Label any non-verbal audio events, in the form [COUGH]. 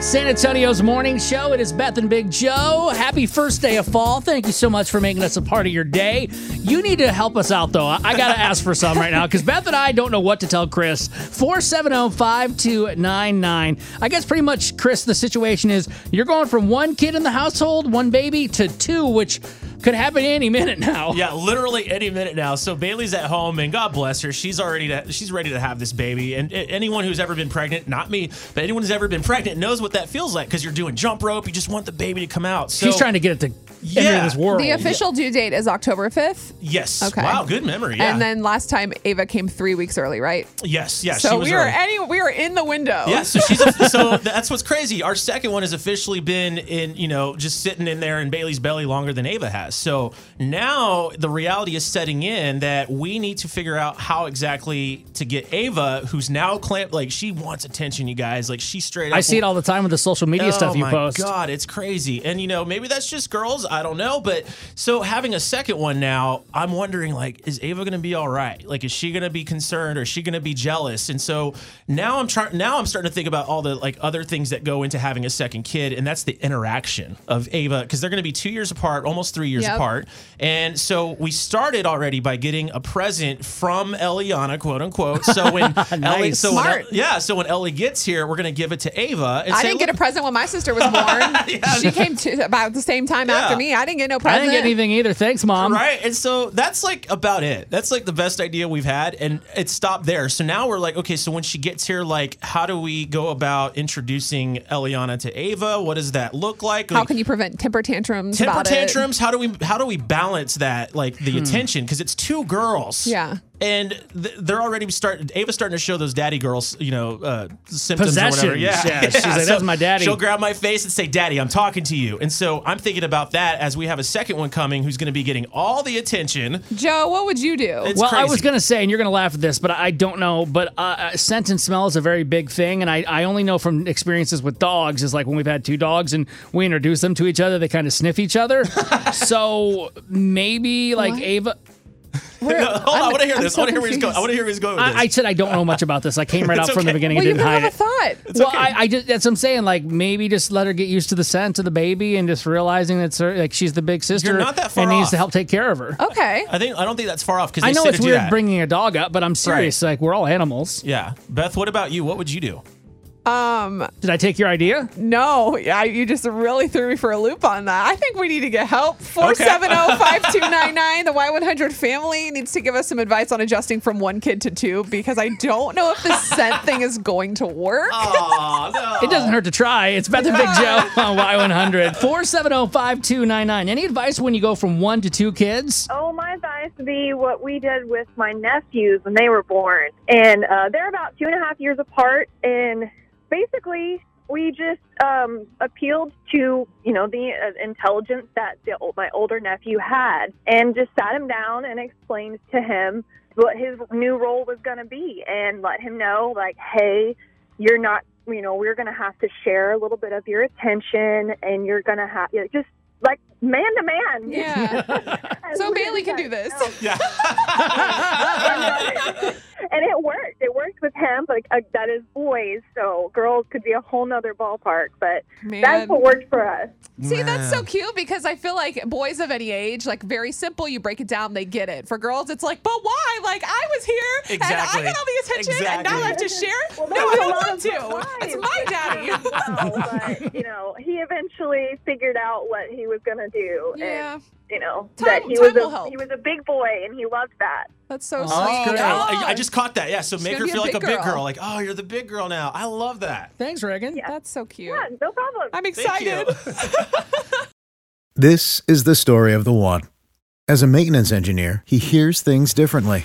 San Antonio's morning show. It is Beth and Big Joe. Happy first day of fall. Thank you so much for making us a part of your day. You need to help us out, though. I, I [LAUGHS] got to ask for some right now because Beth and I don't know what to tell Chris. 470 5299. I guess pretty much, Chris, the situation is you're going from one kid in the household, one baby, to two, which could happen any minute now. Yeah, literally any minute now. So Bailey's at home, and God bless her, she's already to, she's ready to have this baby. And uh, anyone who's ever been pregnant, not me, but anyone who's ever been pregnant knows what that feels like because you're doing jump rope. You just want the baby to come out. [LAUGHS] So She's trying to get it to enter Yeah. this world. The official due date is October 5th. Yes. Okay. Wow. Good memory. Yeah. And then last time Ava came three weeks early, right? yes. Yeah. she so was we were early. any we were in the window. Yeah, so she's so that's what's crazy. Our second one has officially been in, you know, just sitting in there in Bailey's belly longer than Ava has. So now the reality is setting in that we need to figure out how exactly to get Ava, who's now clamped, like she wants attention, you guys. Like she straight up. I see it all the time with the social media stuff you Oh my post. God, it's crazy. And you know, maybe that's just girls. I don't know. But so having a second one now, I'm wondering like, is Ava gonna be all right? Like, is she gonna be concerned or is she gonna be jealous? And so now I'm trying. Now I'm starting to think about all the like other things that go into having a second kid, and that's the interaction of Ava because they're gonna be two years apart, almost three years Yep. apart. And so we started already by getting a present from Eliana, quote unquote. So [LAUGHS] when Ellie, Nice. so when Smart. El- yeah, so when Ellie gets here, we're gonna give it to Ava. And I say, didn't "Look get a present when my [LAUGHS] sister was born. She came to about the same time after me. I didn't get no I present. didn't get anything either. Thanks, Mom. Right. And so that's like about it. That's like the best idea we've had. And it stopped there. So now we're like, okay, so when she gets here, like, how do we go about introducing Eliana to Ava? What does that look like? How Like, can you prevent temper tantrums? temper about it? Hmm. tantrums? How do we how do we balance that like the attention because it's two girls. Yeah. And th- they're already starting. Ava's starting to show those daddy girls, you know, uh, symptoms or whatever. Possessions. Yeah. [LAUGHS] She's like, "That's my daddy." She'll grab my face and say, "Daddy, I'm talking to you." And so I'm thinking about that as we have a second one coming, who's going to be getting all the attention. Joe, what would you do? It's Well, I crazy. was gonna say, and you're gonna laugh at this, but I don't know. But uh, uh, scent and smell is a very big thing, and I, I only know from experiences with dogs is like when we've had two dogs and we introduce them to each other, they kind of sniff each [LAUGHS] other. so maybe like What? Ava. We're- [LAUGHS] No, hold on, I I'm- want to hear I'm this. I so want to hear where he's going. confused. I want to hear where he's going with this. I, I said I don't know much about this. I came right out from the okay. beginning Well, you and didn't can have hide a it. thought. well, I, I just that's what I'm saying. Like maybe just let her get used to the scent of the baby and just realizing that her, like she's the big sister not that far and needs off. to help take care of her. Okay. I think I don't think that's far off because I know say it's to do weird that. bringing a dog up, but I'm serious. Like we're all animals. Yeah, Beth. What about you? What would you do? Um, Did I take your idea? no, I, you just really threw me for a loop on that. I think we need to get help. oh, 470-5299. The Y100 family needs to give us some advice on adjusting from one kid to two because I don't know if the scent thing is going to work. Oh no. It doesn't hurt to try. It's Beth and Big Joe on Y100. 4705299. Any advice when you go from one to two kids? Oh, my advice would be what we did with my nephews when they were born. And uh, they're about two and a half years apart. And basically, we just um, appealed to, you know, the uh, intelligence that the, ol- my older nephew had and just sat him down and explained to him what his new role was going to be and let him know, like, hey, you're not, you know, we're going to have to share a little bit of your attention and you're going to have, you know, just like man to man. Yeah. So Bailey can do this. Yeah. [LAUGHS] and it worked. It worked with him, but uh, that is boys, so girls could be a whole nother ballpark. But Man. that's what worked for us. See, that's so cute because I feel like boys of any age, like very simple, you break it down, they get it. For girls, it's like, but why? Like I was here Exactly. and I got all the attention and now I have to share. Well, no, there I was a don't lot want to. of It's [LAUGHS] my surprise. daddy. [LAUGHS] No, but you know, he eventually figured out what he was gonna do, Yeah. and you know Time- that he time was a will help. he was a big boy, and he loved that. That's so that's sweet. great. Oh, God. I, I just caught that. Yeah. So make gonna her be a feel like a big big girl. girl. Like, oh, you're the big girl now. I love that. Thanks, Reagan. That's so cute. Yeah, no problem. I'm Thank you. excited. This is the story of the one. As a maintenance engineer, he hears things differently.